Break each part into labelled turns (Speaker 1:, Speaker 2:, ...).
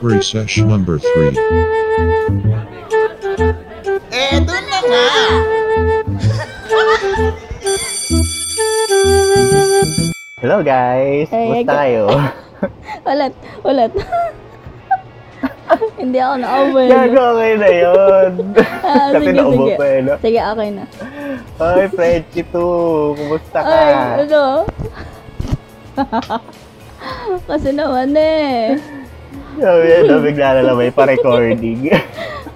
Speaker 1: Gray Sesh number 3.
Speaker 2: Eto na nga!
Speaker 3: Hello guys!
Speaker 4: Hey,
Speaker 3: Kumusta tayo?
Speaker 4: Ulit, ulit. Hindi ako na-over.
Speaker 3: Gago, okay na yun!
Speaker 4: Ah,
Speaker 3: Kasi
Speaker 4: sige,
Speaker 3: naubo
Speaker 4: sige.
Speaker 3: pa eh, no?
Speaker 4: Sige, okay na.
Speaker 3: Ay, Frenchie 2! Kumusta ka?
Speaker 4: Ay, ano? Kasi naman eh.
Speaker 3: Sabi yan, no, bigla na lang may pa-recording.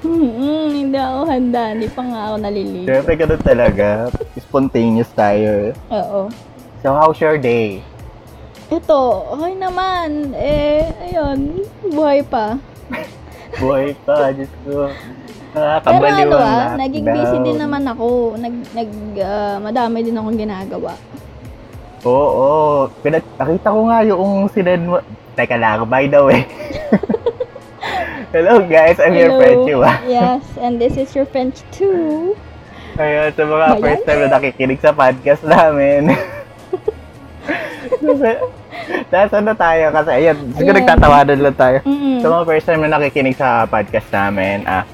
Speaker 4: Mm-mm, hindi ako handa. Hindi pa nga ako naliligo.
Speaker 3: Siyempre, ganun talaga. Spontaneous tayo. eh.
Speaker 4: Oo.
Speaker 3: So, how's your day?
Speaker 4: Ito, okay naman. Eh, ayun. Buhay pa.
Speaker 3: Buhay pa, Diyos ko.
Speaker 4: Pero
Speaker 3: Nakakabaliw
Speaker 4: ano
Speaker 3: ang
Speaker 4: ah, naging
Speaker 3: lockdown.
Speaker 4: busy din naman ako. Nag, nag, ah, madami din akong ginagawa.
Speaker 3: Oo, Pinat- nakita ko nga yung sinend mo. Teka lang, by the way. Hello guys, I'm your Frenchie ah.
Speaker 4: Yes, and this is your French too.
Speaker 3: Ayun, sa mga
Speaker 4: Ayan. eh.
Speaker 3: first time na nakikinig sa podcast namin. Nasaan na tayo? Kasi ayun, siguro
Speaker 4: Ayan. Mm.
Speaker 3: nagtatawanan lang tayo.
Speaker 4: Mm-mm.
Speaker 3: Sa mga first time na nakikinig sa podcast namin, ah,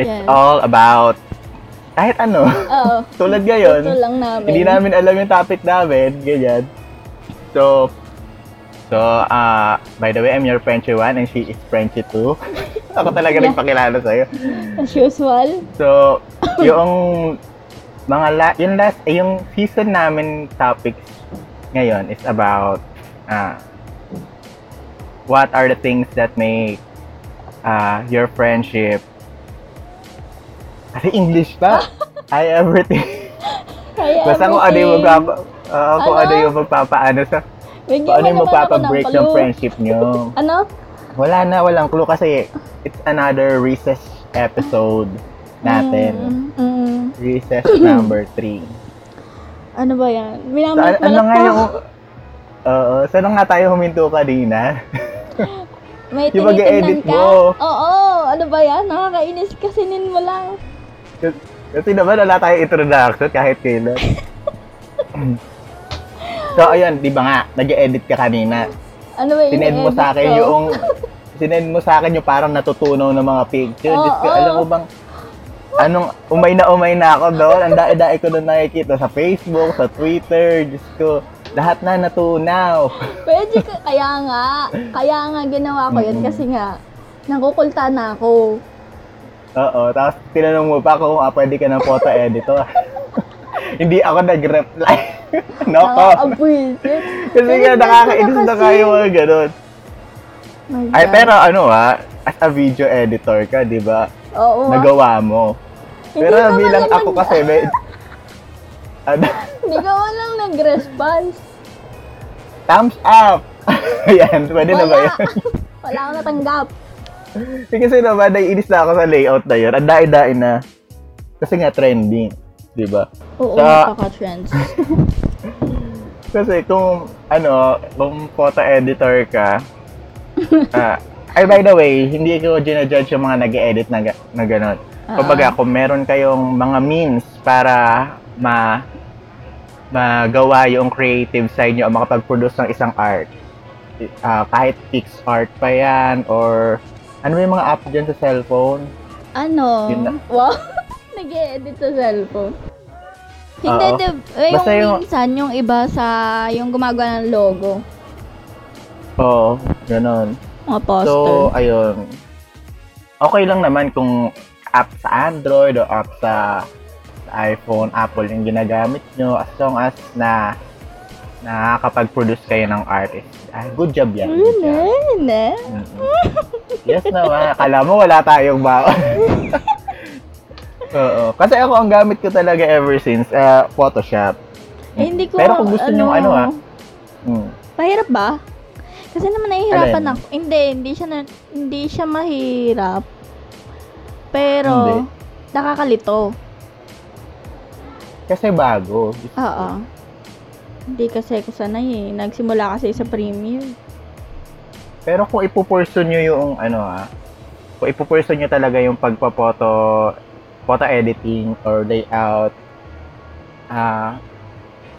Speaker 3: it's
Speaker 4: Yes.
Speaker 3: all about kahit ano.
Speaker 4: Oo.
Speaker 3: Tulad ngayon,
Speaker 4: Ah, Ito lang namin.
Speaker 3: Hindi namin alam yung topic namin, ganyan. So, so, ah, by the way, I'm your Frenchie 1 and she is Frenchie 2. Ako talaga
Speaker 4: Yeah.
Speaker 3: nagpakilala sa'yo.
Speaker 4: As usual.
Speaker 3: So, yung mga la, yung last eh, yung season namin topics ngayon is about ah what are the things that make ah your friendship Kasi English pa. I everything.
Speaker 4: Kaya eh,
Speaker 3: Basta kung ano yung magpapa, ah, kung ano
Speaker 4: Ano?
Speaker 3: yung magpapaano sa kung ano
Speaker 4: Bigyan mo
Speaker 3: yung
Speaker 4: naman ako
Speaker 3: magpapa-break ng
Speaker 4: clue.
Speaker 3: friendship nyo.
Speaker 4: Ano?
Speaker 3: Wala na, walang clue kasi it's another recess episode natin.
Speaker 4: Mm, mm.
Speaker 3: Recess number 3.
Speaker 4: ano ba yan?
Speaker 3: So,
Speaker 4: Minamalat
Speaker 3: ano, ano nga
Speaker 4: pa.
Speaker 3: yung... Oo, saan nga tayo huminto kanina?
Speaker 4: May
Speaker 3: yung mag-e-edit
Speaker 4: tinitingnan ka?
Speaker 3: mo.
Speaker 4: Oo. Ano ba yan? Nakakainis kasi nin mo lang.
Speaker 3: Kasi naman wala tayong introduction kahit kailan. so, ayun, di ba nga, nag-edit ka kanina.
Speaker 4: Ano ba yung
Speaker 3: Sinend mo
Speaker 4: i-edit
Speaker 3: sa akin
Speaker 4: ko?
Speaker 3: yung... Sinend mo sa akin yung parang natutunaw ng mga picture. Diyos ko,
Speaker 4: Oo.
Speaker 3: alam mo bang... Anong umay na umay na ako doon. Ang dae-dae ko na nakikita sa Facebook, sa Twitter. Diyos ko, lahat na natunaw.
Speaker 4: Pwede ka. Kaya nga. Kaya nga ginawa ko yun
Speaker 3: Mm-mm.
Speaker 4: kasi nga nakukulta na ako.
Speaker 3: Oo, tapos tinanong mo pa kung ah, pwede ka ng photo editor. Hindi ako nag-reply. Nako.
Speaker 4: um, Nakakabuisit.
Speaker 3: Kasi nga nakakainis na kayo mga ganun.
Speaker 4: My
Speaker 3: Ay,
Speaker 4: God.
Speaker 3: pero ano ah, as a video editor ka, di ba?
Speaker 4: Oo. ah.
Speaker 3: Nagawa mo.
Speaker 4: Hindi
Speaker 3: Pero
Speaker 4: naman
Speaker 3: bilang
Speaker 4: naman-
Speaker 3: ako kasi, may... ano,
Speaker 4: Hindi ka walang nag-response.
Speaker 3: thumbs up! Ayan, pwede na ba
Speaker 4: Wala.
Speaker 3: yun?
Speaker 4: Wala akong natanggap.
Speaker 3: Eh, Kasi naman, naiinis na ako sa layout na yun. Ang dain na. Kasi nga, trending. Di ba?
Speaker 4: Oo,
Speaker 3: Sa-
Speaker 4: napaka-trends.
Speaker 3: Kasi kung ano, kung photo editor ka, ah, ay by the way, hindi ko ginajudge yung mga nag edit na, ga- na gano'n. Kumbaga, kung meron kayong mga means para ma magawa yung creative side nyo o makapag-produce ng isang art. I- ah, kahit PixArt pa yan or ano ba yung mga app dyan sa cellphone?
Speaker 4: Ano?
Speaker 3: Yun na.
Speaker 4: Wow. nag edit sa cellphone. Hindi,
Speaker 3: Oo.
Speaker 4: di, eh, yung
Speaker 3: Basta yung-
Speaker 4: minsan, yung iba sa, yung gumagawa ng logo.
Speaker 3: Oo, ganun.
Speaker 4: Mga poster.
Speaker 3: So, ayun. Okay lang naman kung app sa Android o app sa sa iPhone, Apple yung ginagamit nyo as long as na nakakapag-produce kayo ng artist. Ah, good job yan. Good
Speaker 4: Yun
Speaker 3: job.
Speaker 4: eh, yun eh.
Speaker 3: Mm-mm. Yes naman. Akala mo wala tayong baon. Oo. Kasi ako, ang gamit ko talaga ever since, ah, Photoshop.
Speaker 4: Eh, hindi ko,
Speaker 3: Pero kung gusto nyo, ano ah. Mm.
Speaker 4: Mahirap ba? Kasi naman nahihirapan
Speaker 3: Alin?
Speaker 4: ako. Hindi, hindi siya, na, hindi siya mahirap. Pero,
Speaker 3: Hindi.
Speaker 4: nakakalito.
Speaker 3: Kasi bago.
Speaker 4: Oo. Hindi kasi ako sanay eh. Nagsimula kasi sa premiere.
Speaker 3: Pero kung ipupurso nyo yung ano ah, kung ipupurso nyo talaga yung pagpapoto, photo editing or layout, ah,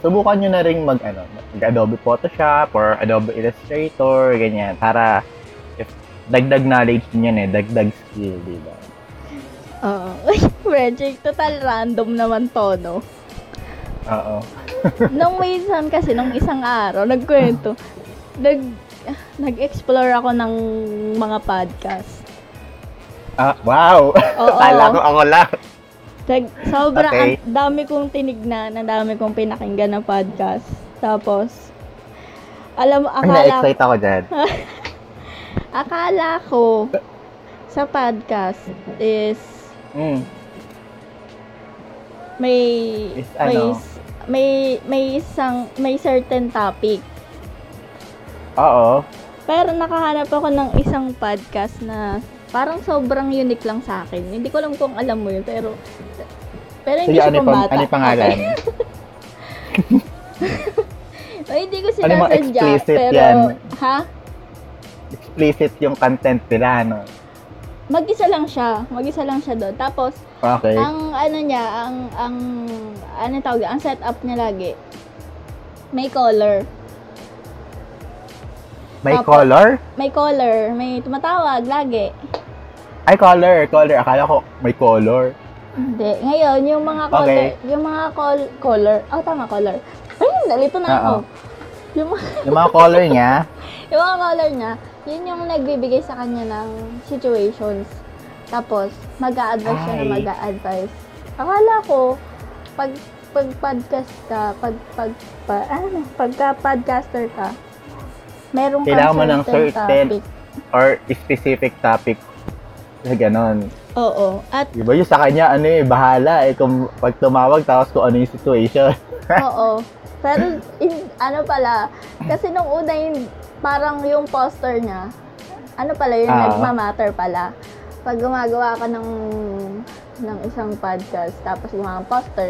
Speaker 3: subukan nyo na rin mag ano, mag Adobe Photoshop or Adobe Illustrator, ganyan, para if dagdag knowledge din yan eh, dagdag skill, di ba?
Speaker 4: Oo. Uy, Frederick, total random naman to, no?
Speaker 3: Oo.
Speaker 4: nung minsan kasi, nung isang araw, nagkwento, nag, nag-explore ako ng mga podcast.
Speaker 3: Ah, wow!
Speaker 4: Oo.
Speaker 3: Kala ko ako lang.
Speaker 4: Nag, sobra,
Speaker 3: Okay.
Speaker 4: ang dami kong tinignan, ang dami kong pinakinggan na podcast. Tapos, alam mo,
Speaker 3: Ay,
Speaker 4: akala,
Speaker 3: na-excite ako dyan.
Speaker 4: akala ko sa podcast is
Speaker 3: Mm.
Speaker 4: may
Speaker 3: Is
Speaker 4: may
Speaker 3: ano?
Speaker 4: s- may may isang may certain topic.
Speaker 3: Oo.
Speaker 4: Pero nakahanap ako ng isang podcast na parang sobrang unique lang sa akin. Hindi ko alam kung alam mo yun, pero pero hindi
Speaker 3: Sige,
Speaker 4: siya
Speaker 3: ano yung pang-
Speaker 4: pambata.
Speaker 3: ano yung pangalan?
Speaker 4: Okay. Ay, hindi ko
Speaker 3: Ano yung mga
Speaker 4: sinasadya,
Speaker 3: explicit
Speaker 4: pero...
Speaker 3: yan?
Speaker 4: Ha?
Speaker 3: Explicit yung content nila, ano?
Speaker 4: Mag-isa lang siya. Mag-isa lang siya doon. Tapos,
Speaker 3: Okay.
Speaker 4: ang ano niya, ang, ang, ano tawag, ang setup niya lagi, may color.
Speaker 3: May
Speaker 4: Tapos-
Speaker 3: color?
Speaker 4: May color. May tumatawag lagi.
Speaker 3: Ay, color, color. Akala ko may color.
Speaker 4: Hindi. Ngayon, yung mga color,
Speaker 3: Okay.
Speaker 4: yung mga col- color, oh tama, color. Ay, nalito na ako.
Speaker 3: Oo.
Speaker 4: Yung, mga-
Speaker 3: Yung mga color niya,
Speaker 4: yung mga color niya, yun yung nagbibigay sa kanya ng situations. Tapos, mag advise siya na
Speaker 3: Ay.
Speaker 4: mag advise Akala ko, pag, pag podcast ka, pag, pag, pa- ano, pagka podcaster ka, meron kang
Speaker 3: Kailangan mo ng certain-
Speaker 4: topic.
Speaker 3: or specific topic na ganon.
Speaker 4: Oo. At,
Speaker 3: Di ba yung sa kanya, ano eh, bahala eh, kung pag tumawag, tapos kung ano yung situation.
Speaker 4: Oo. Pero, in- ano pala, kasi nung una yung, parang yung poster niya, ano pala, yung
Speaker 3: Ah.
Speaker 4: nagmamatter pala. Pag gumagawa ka ng, ng isang podcast, tapos gumawa ng poster,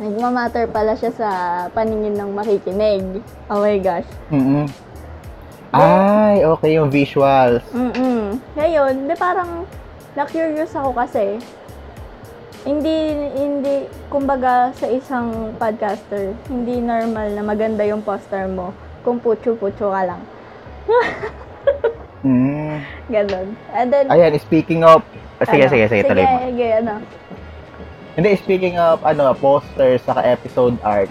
Speaker 4: nagmamatter pala siya sa paningin ng makikinig. Oh my gosh.
Speaker 3: mm Ay, okay yung visuals.
Speaker 4: Mm-mm. Ngayon, di parang na-curious ako kasi hindi, hindi, kumbaga sa isang podcaster, hindi normal na maganda yung poster mo kung putyo-putyo ka lang.
Speaker 3: Mm.
Speaker 4: Ganon. And then,
Speaker 3: Ayan, speaking of... ah, Sige,
Speaker 4: ano,
Speaker 3: sige, sige, tuloy mo.
Speaker 4: Sige, ano.
Speaker 3: Hindi, speaking of ano, posters saka episode art,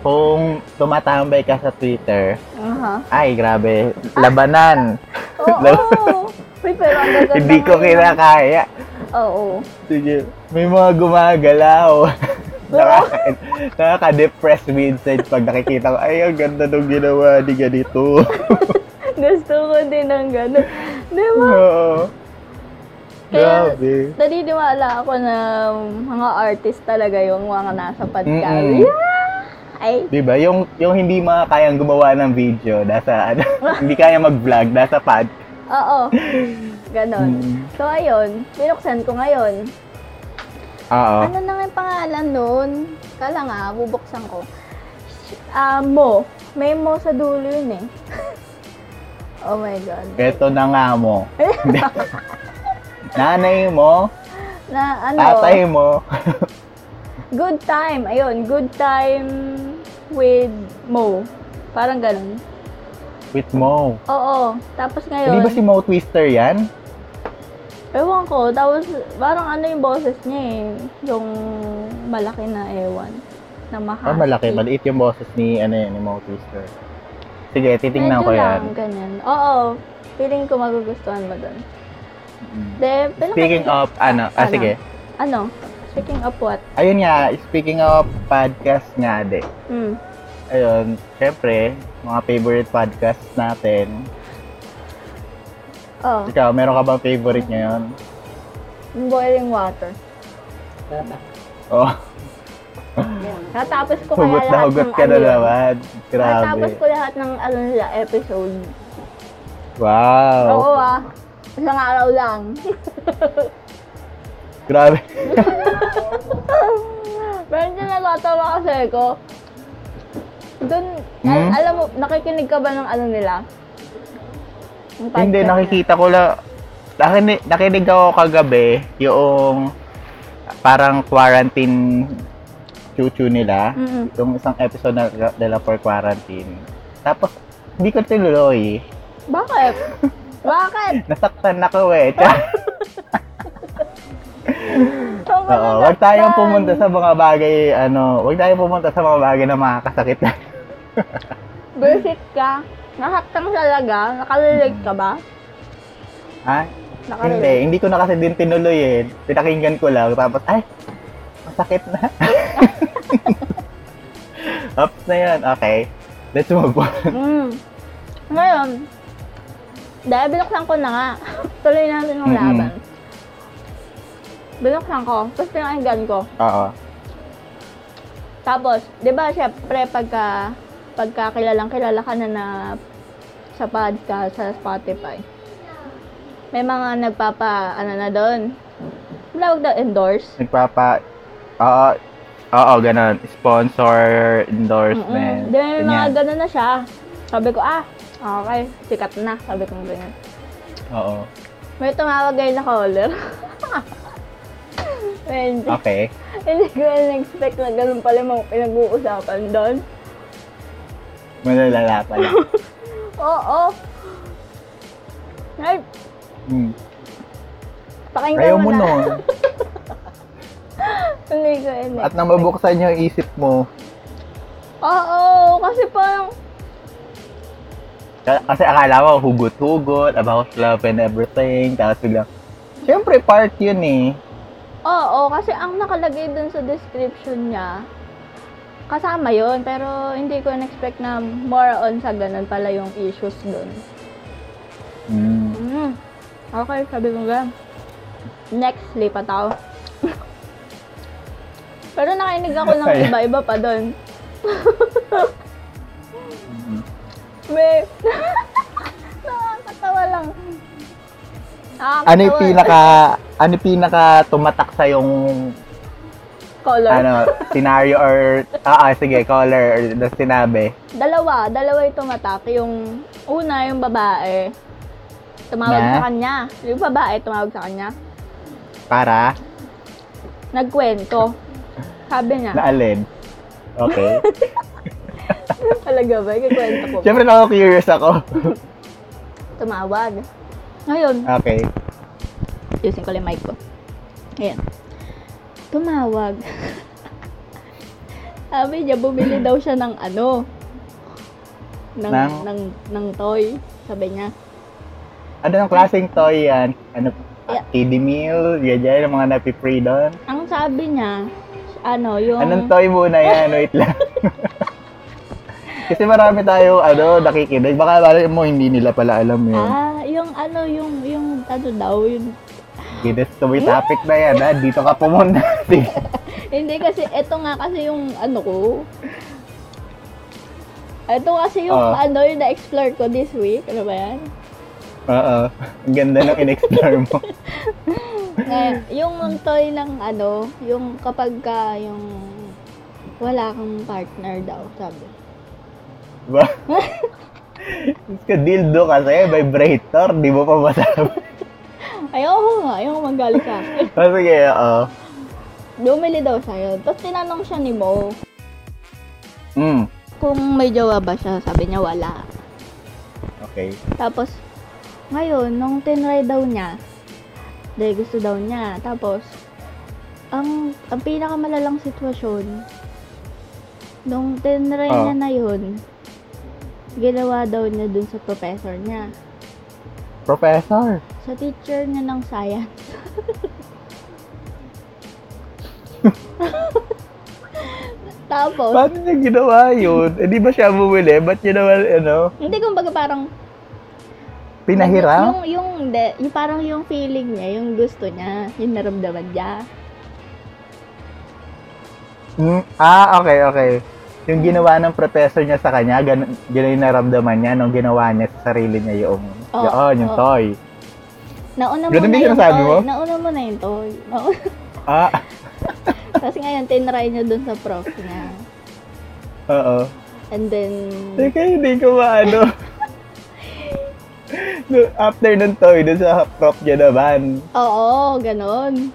Speaker 3: kung tumatambay ka sa Twitter,
Speaker 4: Aha.
Speaker 3: ay grabe, labanan.
Speaker 4: Oo. Uy, pero ang gaganda
Speaker 3: Hindi ko
Speaker 4: nga yun.
Speaker 3: kinakaya.
Speaker 4: Oo.
Speaker 3: Sige, may mga gumagalaw. Nakaka- Nakaka-depress minsan pag nakikita ko, ay, ang ganda nung ginawa ni ganito.
Speaker 4: Gusto ko din ng ganon. Di ba?
Speaker 3: Hmm. Oo.
Speaker 4: Kaya-
Speaker 3: Grabe.
Speaker 4: Naniniwala ako na mga artist talaga yung mga nasa podcast.
Speaker 3: Mm-mm.
Speaker 4: Yeah! Ay,
Speaker 3: Diba? Yung, yung hindi makakayang gumawa ng video, nasa, ano, hindi kaya mag-vlog, nasa pad.
Speaker 4: oo. Ganon.
Speaker 3: Mm.
Speaker 4: So, ayun. Binuksan ko ngayon.
Speaker 3: Oo.
Speaker 4: Ano na nga yung pangalan nun? Kala nga, bubuksan ko. Sh- Ah, mo. May mo sa dulo yun eh. oh my God.
Speaker 3: Ito Ano? na nga mo. Nanay mo,
Speaker 4: Na ano?
Speaker 3: tatay mo.
Speaker 4: Good time. Ayun. Good time with mo. Parang ganon.
Speaker 3: With Mo.
Speaker 4: Oo. Tapos
Speaker 3: Hindi
Speaker 4: ngayon.
Speaker 3: ba si Mo Twister yan?
Speaker 4: Ewan ko, tapos parang ano yung boses niya eh, yung malaki na ewan, na mahati.
Speaker 3: Ah, malaki. Maliit yung boses ni, ano yun, ni Mo Twister. Sige, titingnan
Speaker 4: Medyo
Speaker 3: ko yan.
Speaker 4: lang, Ano ganyan. Oo, feeling ko magugustuhan mo doon.
Speaker 3: Mm.
Speaker 4: De, pero
Speaker 3: Speaking
Speaker 4: kasi-
Speaker 3: of, ano, ah,
Speaker 4: Ano?
Speaker 3: sige.
Speaker 4: Ano? Speaking of what?
Speaker 3: Ayun nga, speaking of podcast nga, de.
Speaker 4: Hmm.
Speaker 3: Ayun, syempre, mga favorite podcast natin.
Speaker 4: Oh,
Speaker 3: Ikaw, meron ka bang favorite ngayon?
Speaker 4: boiling water.
Speaker 3: Oh,
Speaker 4: Natapos ko
Speaker 3: hugot na
Speaker 4: kaya lahat
Speaker 3: hugot
Speaker 4: ng
Speaker 3: ka na
Speaker 4: ano yun.
Speaker 3: naman.
Speaker 4: Natapos
Speaker 3: Grabe.
Speaker 4: ko lahat ng ano nila, episode.
Speaker 3: Wow.
Speaker 4: Oo ah, isang araw lang.
Speaker 3: Grabe.
Speaker 4: Pero hindi natatawa kasi ko. Doon, al-
Speaker 3: Hmm?
Speaker 4: alam mo, nakikinig ka ba ng ano nila? Yung podcast
Speaker 3: Hindi,
Speaker 4: nila?
Speaker 3: nakikita ko lang. Nakinig, nakinig ako kagabi yung parang quarantine chuchu nila.
Speaker 4: Mm-mm.
Speaker 3: Yung isang episode na nila for quarantine. Tapos, hindi ko tinuloy.
Speaker 4: Bakit? Bakit?
Speaker 3: Nasaktan ako eh. Tsaka-
Speaker 4: Huwag ka
Speaker 3: Oo, wag tayong pumunta sa mga bagay, ano, wag tayong pumunta sa mga bagay na makakasakit.
Speaker 4: Bullshit ka. Nasaktan talaga? Nakalilate ka ba?
Speaker 3: ha? Hindi,
Speaker 4: Nakalilate.
Speaker 3: hindi ko na kasi din tinuloy eh. Pinakinggan ko lang, tapos, ay, masakit na. Oops na yun, okay. Let's move on.
Speaker 4: Mm. Ngayon, dahil binuksan ko na nga. Tuloy natin yung
Speaker 3: Mm-mm.
Speaker 4: laban. Binuksan ko. Tapos pinakinggan ko.
Speaker 3: Oo.
Speaker 4: Tapos, di ba, syempre, pagka, pagka kilalang kilala ka na na sa podcast, sa Spotify, may mga nagpapa, ano na doon, tawag daw, endorse.
Speaker 3: Nagpapa, oo, oo, ganun. Sponsor,
Speaker 4: Mm-mm.
Speaker 3: endorsement.
Speaker 4: Di ba, may mga
Speaker 3: ganyan.
Speaker 4: ganun na siya. Sabi ko, ah, okay, sikat na. Sabi ko, ganyan.
Speaker 3: Oo.
Speaker 4: May tumawag ngayon na caller. Medyo.
Speaker 3: Okay.
Speaker 4: Hindi ko expect na ganun pala yung mga pinag-uusapan doon.
Speaker 3: Malalala pala.
Speaker 4: Oo. Ay,
Speaker 3: Hmm.
Speaker 4: pakinggan
Speaker 3: Ayaw
Speaker 4: mo
Speaker 3: mo
Speaker 4: na.
Speaker 3: nun.
Speaker 4: Hindi ko in
Speaker 3: At nang mabuksan yung isip mo,
Speaker 4: Oo, kasi parang,
Speaker 3: K- Kasi akala ko hugot-hugot about love and everything. Tapos biglang, syempre part yun eh.
Speaker 4: oo, kasi ang nakalagay dun sa description niya, kasama yon pero hindi ko in-expect na more on sa ganun pala yung issues dun.
Speaker 3: Mm.
Speaker 4: Mm. Okay, sabi ko nga. Next, lipat ako. Pero nakainig ako ng
Speaker 3: Ay.
Speaker 4: iba-iba pa doon.
Speaker 3: Mm-hmm.
Speaker 4: May... Nakakatawa lang. Nakakatawa.
Speaker 3: Ano yung pinaka, ano yung pinaka tumatak sa yung,
Speaker 4: Color.
Speaker 3: ano, scenario or, ah, ah, sige, color or the sinabi.
Speaker 4: Dalawa. Dalawa yung tumatak. Yung una, yung babae. Tumawag
Speaker 3: Na?
Speaker 4: sa kanya. Yung babae, tumawag sa kanya.
Speaker 3: Para,
Speaker 4: Nagkwento. Sabi niya.
Speaker 3: naalin. Okay.
Speaker 4: Talaga ba? Kikwento ko. ba?
Speaker 3: Siyempre na curious ako.
Speaker 4: Tumawag. Ngayon,
Speaker 3: Okay.
Speaker 4: Ayusin ko lang yung mic ko. Ayan. Tumawag. Sabi niya, bumili daw siya ng ano. Ng, ng,
Speaker 3: Ng-
Speaker 4: ng, toy. Sabi niya.
Speaker 3: Ano ng klaseng toy yan? Ano,
Speaker 4: Yeah.
Speaker 3: kiddie meal, ganyan, yung mga napi-free doon.
Speaker 4: Ang sabi niya, ano, yung...
Speaker 3: Anong toy muna yan? Wait lang. Kasi marami tayo, ano, nakikinig. Baka alam mo, hindi nila pala alam yun.
Speaker 4: Ah, yung ano, yung, yung, ano daw, yung...
Speaker 3: Guinness to may topic na yan, ha? Dito ka pumunta. Sige.
Speaker 4: Hindi kasi, eto nga kasi yung ano ko. Eto kasi yung
Speaker 3: Ah.
Speaker 4: ano, yung na-explore ko this week. Ano ba yan?
Speaker 3: Oo. Ang ganda ng in-explore mo.
Speaker 4: Ngayon, Eh, yung toy ng ano, yung kapag ka, yung wala kang partner daw, sabi.
Speaker 3: Diba? Ka dildo kasi, vibrator, di mo pa masabi.
Speaker 4: Ayoko nga, ayoko magalit sa akin.
Speaker 3: Oh, sige, oo.
Speaker 4: Dumili daw siya yun. Tapos tinanong siya ni Mo
Speaker 3: Mm.
Speaker 4: kung may jowa ba siya. Sabi niya wala.
Speaker 3: Okay.
Speaker 4: Tapos, ngayon, nung tinry daw niya, dahil gusto daw niya. Tapos, ang, ang pinakamalalang sitwasyon, nung tinry
Speaker 3: Ah.
Speaker 4: niya na yun, ginawa daw niya dun sa professor niya.
Speaker 3: Professor.
Speaker 4: Sa teacher niya ng science. Tapos,
Speaker 3: Paano niya ginawa yun? Eh, di ba siya bumili? Ba't niya naman, ano,
Speaker 4: hindi kumbaga parang
Speaker 3: pinahiram?
Speaker 4: Yung, yung, hindi, yung parang yung feeling niya, yung gusto niya, yung naramdaman niya.
Speaker 3: Mm, ah, okay, okay. Yung ginawa ng professor niya sa kanya, ganun, ganun yung naramdaman niya nung ginawa niya sa sarili niya yung,
Speaker 4: Oo,
Speaker 3: yun, yung
Speaker 4: oo.
Speaker 3: toy.
Speaker 4: Nauna mo
Speaker 3: Ganun
Speaker 4: na
Speaker 3: din
Speaker 4: yung
Speaker 3: sinasabi
Speaker 4: toy.
Speaker 3: mo?
Speaker 4: Nauna mo na yung toy. Nauna.
Speaker 3: Ah,
Speaker 4: Tapos ngayon, tinry niya dun sa prof niya.
Speaker 3: oo.
Speaker 4: And then,
Speaker 3: Teka, hindi ko maano. No, after nung toy, dun sa prop niya naman,
Speaker 4: oo, ganun.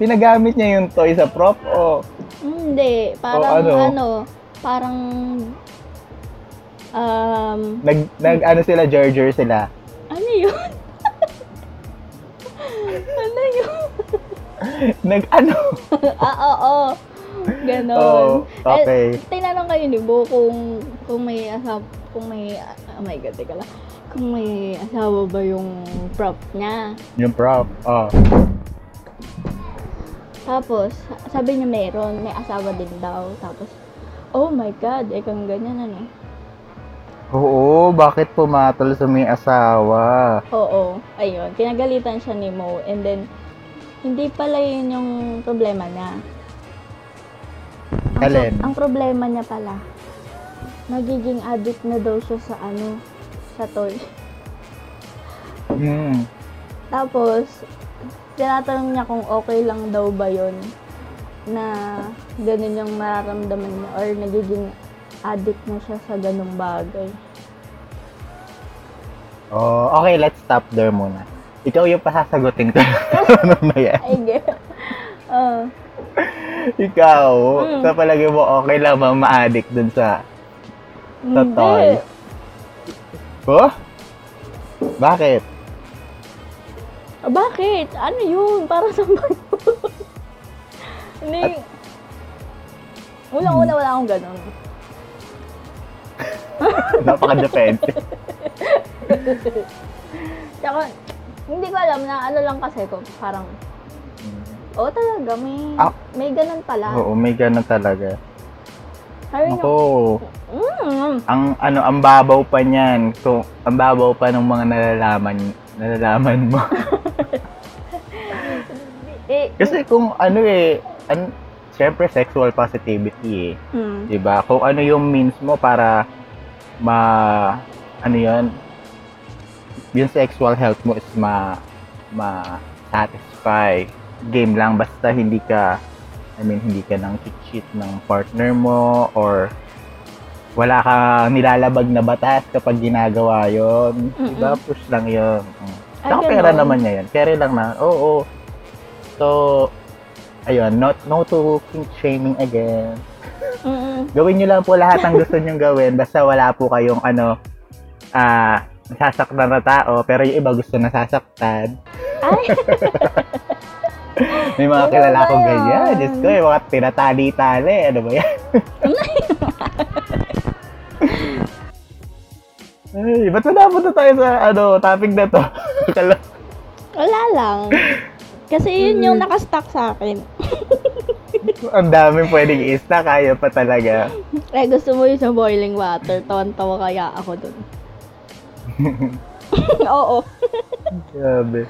Speaker 3: pinagamit niya yung toy sa prop o
Speaker 4: Mm, Hindi, parang
Speaker 3: ano?
Speaker 4: ano? parang, um,
Speaker 3: nag, nag ano sila, gerger sila.
Speaker 4: ano yun? ano yun?
Speaker 3: Nag, ano?
Speaker 4: ah, oo. Ganon.
Speaker 3: Oo, okay.
Speaker 4: Eh, tinanong kayo ni Bo kung, kung may asawa, kung may, oh my God, teka lang. Kung may asawa ba yung prop niya.
Speaker 3: Yung prop. Oh.
Speaker 4: Tapos, sabi niya meron, may asawa din daw. Tapos, oh my God, eh kang ganyan ano.
Speaker 3: Oo, bakit pumatol sa may asawa?
Speaker 4: Oo, ayun. Pinagalitan siya ni Mo. And then, hindi pala yun yung problema niya. Ang,
Speaker 3: Alin?
Speaker 4: ang problema niya pala, nagiging addict na daw siya sa ano, sa toy.
Speaker 3: Hmm.
Speaker 4: Tapos, tinatanong niya kung okay lang daw ba yun na ganun yung mararamdaman niya or nagiging addict na siya sa ganung bagay.
Speaker 3: Oh, okay, let's stop there muna. Ikaw yung pasasagutin ko. ano na yan?
Speaker 4: Ay, girl. Oh, Oo.
Speaker 3: Ikaw,
Speaker 4: Mm.
Speaker 3: sa palagay mo, okay lang ba ma-addict dun sa...
Speaker 4: Hindi.
Speaker 3: toy. Oh? Bakit?
Speaker 4: Ah, Bakit? Ano yun? Para sa ba yun? Hindi. Unang-una
Speaker 3: Hmm.
Speaker 4: wala akong ganun.
Speaker 3: Napaka-defensive.
Speaker 4: Tsaka, hindi ko alam na ano lang kasi ko, parang, oo talaga, may,
Speaker 3: Hmm. Ah.
Speaker 4: may ganun pala.
Speaker 3: Oo, may ganun talaga.
Speaker 4: Sabi niya,
Speaker 3: Ako,
Speaker 4: mm,
Speaker 3: ang ano, ang babaw pa niyan. So, ang babaw pa ng mga nalalaman, nalalaman mo.
Speaker 4: eh,
Speaker 3: Kasi kung ano eh, an, syempre sexual positivity eh.
Speaker 4: mm,
Speaker 3: 'di ba? Kung ano yung means mo para ma ano 'yun? Yung sexual health mo is ma ma satisfy. Game lang basta hindi ka I mean hindi ka nang cheat ng partner mo or wala ka nilalabag na batas kapag ginagawa yon Diba? Push lang yun. Mm.
Speaker 4: Ay,
Speaker 3: Saka pera
Speaker 4: ganun.
Speaker 3: naman niya yan. Pera lang na. Oo. So, ayun. Not, no to kink shaming again
Speaker 4: mm,
Speaker 3: gawin nyo lang po lahat ng gusto nyong gawin basta wala po kayong ano ah nasasaktan na tao pero yung iba gusto nasasaktan
Speaker 4: ay,
Speaker 3: may mga
Speaker 4: Ano
Speaker 3: kilala
Speaker 4: ba
Speaker 3: ko
Speaker 4: yan?
Speaker 3: ganyan Diyos ko yung mga tinatali-tali ano ba yan Ay, ba't napunta tayo sa ano, topic na to? Kala-
Speaker 4: wala lang. Kasi yun yung nakastock sa akin.
Speaker 3: Ang dami pwedeng ista, kaya pa talaga.
Speaker 4: Eh, gusto mo yung sa boiling water. Tawan-tawa kaya ako dun. oo.
Speaker 3: Grabe.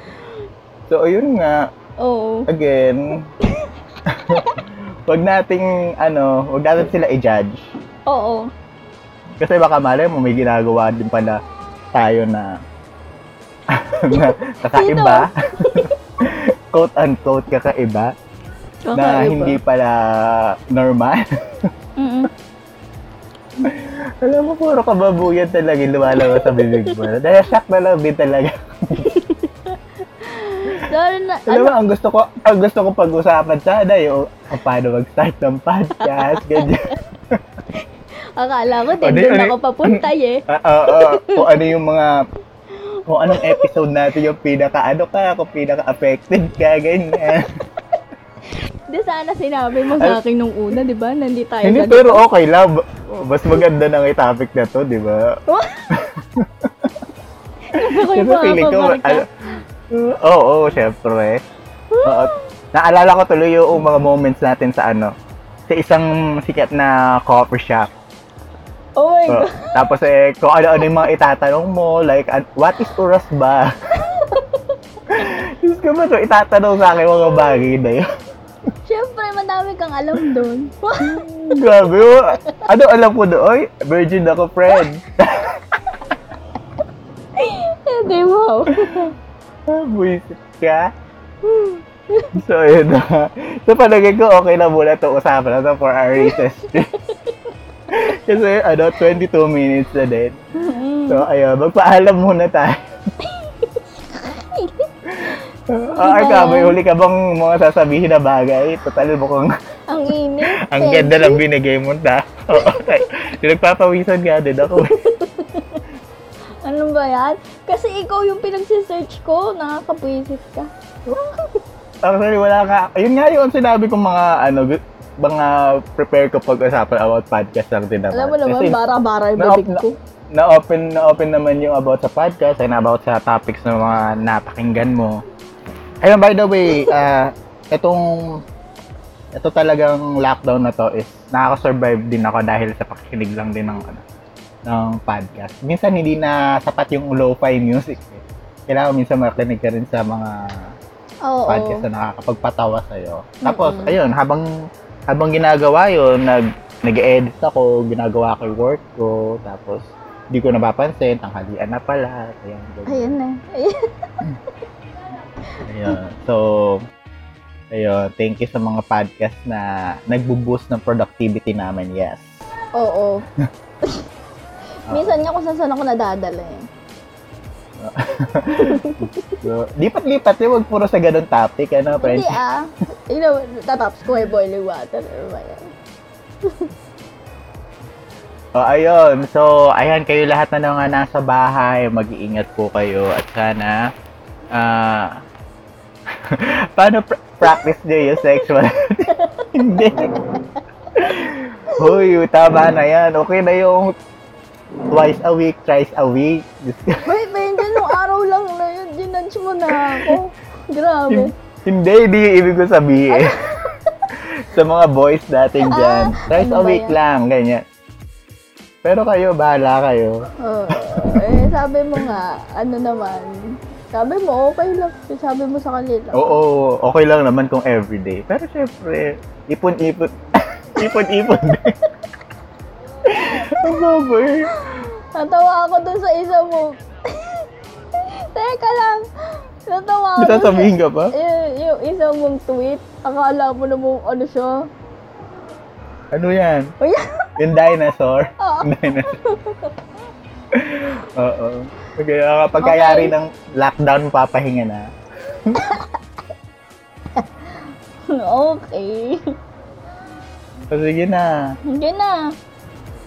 Speaker 3: So, ayun nga.
Speaker 4: Oo.
Speaker 3: again, wag nating ano, wag natin sila i-judge.
Speaker 4: Oo.
Speaker 3: Kasi baka malay mo may ginagawa din pala tayo na na kakaiba. quote unquote kakaiba, na hindi pala normal.
Speaker 4: Mm-mm.
Speaker 3: Alam mo, puro kababuyan talaga yung lumalabas sa bibig mo. Nayak na lang din talaga.
Speaker 4: So, ano na,
Speaker 3: Alam
Speaker 4: ano,
Speaker 3: mo, ang gusto ko, ang gusto ko pag-usapan sana yung ang paano mag-start ng podcast, ganyan.
Speaker 4: akala ko din
Speaker 3: Ano yun,
Speaker 4: doon
Speaker 3: ano
Speaker 4: ako papunta eh.
Speaker 3: Ah, ah, ah. kung ano yung mga kung anong episode natin yung pinaka ano ka, kung pinaka affected ka, ganyan.
Speaker 4: Di sana sinabi mo sa akin nung una, di ba? Nandi tayo
Speaker 3: Hindi,
Speaker 4: sa...
Speaker 3: pero okay lang. Mas maganda na nga yung topic na to, di ba?
Speaker 4: Ako yung
Speaker 3: Kasi feeling ko,
Speaker 4: papabarka.
Speaker 3: ano, oo, oh, syempre. Oo. Naalala ko tuloy yung mga moments natin sa ano, sa isang sikat na coffee shop.
Speaker 4: Oh my
Speaker 3: So,
Speaker 4: God.
Speaker 3: tapos eh, kung ano-ano yung mga itatanong mo, like, an- what is oras ba? Diyos ko ba to, itatanong sa akin mga bagay na yun.
Speaker 4: Siyempre, madami kang alam doon.
Speaker 3: Grabe, oh. ano alam ko doon? Oy, virgin ako, friend.
Speaker 4: Hindi mo.
Speaker 3: Buisit ka. So, yun na. So, palagay ko, okay na muna itong usapan na to for our recess. Kasi, ano, 22 minutes na din. So, ayun, magpaalam muna tayo. Ah, ikaw, may huli ka bang mga sasabihin na bagay? Total, mukhang
Speaker 4: Ang init.
Speaker 3: ang
Speaker 4: eh.
Speaker 3: ganda ng binigay mo na. Oo, okay. Nagpapawisan nga din ako.
Speaker 4: Ano ba yan? Kasi ikaw yung pinagsisearch ko, nakakabwisit ka.
Speaker 3: Actually, wala nga. Ayun nga yung sinabi kong mga ano, gu- mga prepare ko pag-usapan about podcast lang din naman.
Speaker 4: Alam mo naman,
Speaker 3: Kasi
Speaker 4: bara-bara yung
Speaker 3: na-
Speaker 4: bibig ko.
Speaker 3: na-open, na-open naman yung about sa podcast and about sa topics ng mga napakinggan mo. Ayun, by the way, ah, itong ito talagang lockdown na to is nakaka-survive din ako dahil sa pakikinig lang din ng ano, ng podcast. Minsan hindi na sapat yung lo-fi music. eh. Kailangan minsan makinig ka rin sa mga
Speaker 4: Oo.
Speaker 3: podcast na nakakapagpatawa sa'yo. Tapos,
Speaker 4: Mm-mm.
Speaker 3: ayun, habang habang ginagawa yun, nag, nag-edit ako, ginagawa ko yung work ko, tapos hindi ko napapansin, tanghalian na pala. Ayan, ganyan.
Speaker 4: Ayan na. Ayan.
Speaker 3: Ayun. So, ayun, thank you sa mga podcast na nagbo-boost ng productivity namin, yes.
Speaker 4: Oo. Minsan nga kung saan ako nadadala eh.
Speaker 3: So, lipat-lipat yun, huwag puro sa ganun topic, ano, friends?
Speaker 4: Hindi ah. You know, tataps ko ay boiling water. Ano ba yan?
Speaker 3: O, Oh, ayun. So, ayan kayo lahat na nga nasa bahay. Mag-iingat po kayo at sana ah paano pra- practice nyo yung sexual? Hindi. Hoy, tama na yan. Okay na yung twice a week, thrice a week.
Speaker 4: Wait, wait, ganung araw lang na yun. Ginudge mo na ako. Grabe.
Speaker 3: Hindi, hindi yung ibig ko sabihin. sa mga boys natin dyan. Thrice a
Speaker 4: Ano ba
Speaker 3: week
Speaker 4: yan?
Speaker 3: lang, ganyan. Pero kayo, bahala kayo.
Speaker 4: Oo. eh, sabi mo nga, ano naman. Sabi mo, okay lang. Sabi mo sa kanila.
Speaker 3: Oo, okay lang naman kung everyday. Pero syempre, ipon-ipon. ipon-ipon din. Ang baboy.
Speaker 4: Natawa ako dun sa isa mo. Teka lang. Natawa ako.
Speaker 3: May
Speaker 4: dun sa-
Speaker 3: sasabihin ka pa?
Speaker 4: Eh, yung isa mong tweet, akala mo na mong ano siya.
Speaker 3: Ano yan?
Speaker 4: Uy,
Speaker 3: Yung dinosaur?
Speaker 4: Oo.
Speaker 3: Yung dinosaur. Oo. Okay, ah, kapag kayari ng lockdown, papahinga na.
Speaker 4: okay.
Speaker 3: So, sige na.
Speaker 4: Hindi na.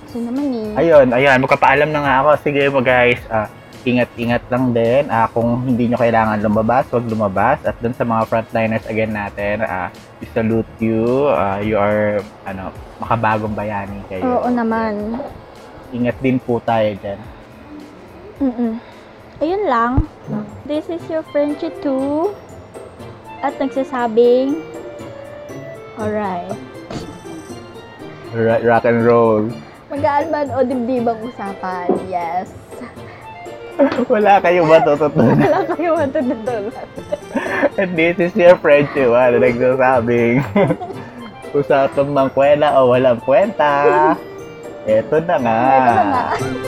Speaker 4: Kasi naman eh.
Speaker 3: Ayun, ayun. Magpapaalam na nga ako. Sige mo guys. Ah, ingat-ingat lang din. Ah, kung hindi nyo kailangan lumabas, wag lumabas. At dun sa mga frontliners again natin, ah, we salute you. Ah, you are, ano, makabagong bayani kayo.
Speaker 4: Oo naman.
Speaker 3: Ingat din po tayo dyan.
Speaker 4: Mm-mm. Ayun lang. This is your friend Chitu. At nagsasabing, Alright.
Speaker 3: Ra- rock and roll.
Speaker 4: Mag-aalman o dibdibang usapan. Yes.
Speaker 3: Wala kayong matututunan.
Speaker 4: Wala kayo matututunan.
Speaker 3: And this is your friend too, ah, na nagsasabing. Usapang mang kwela o walang kwenta. Eto na nga.
Speaker 4: Ito na nga.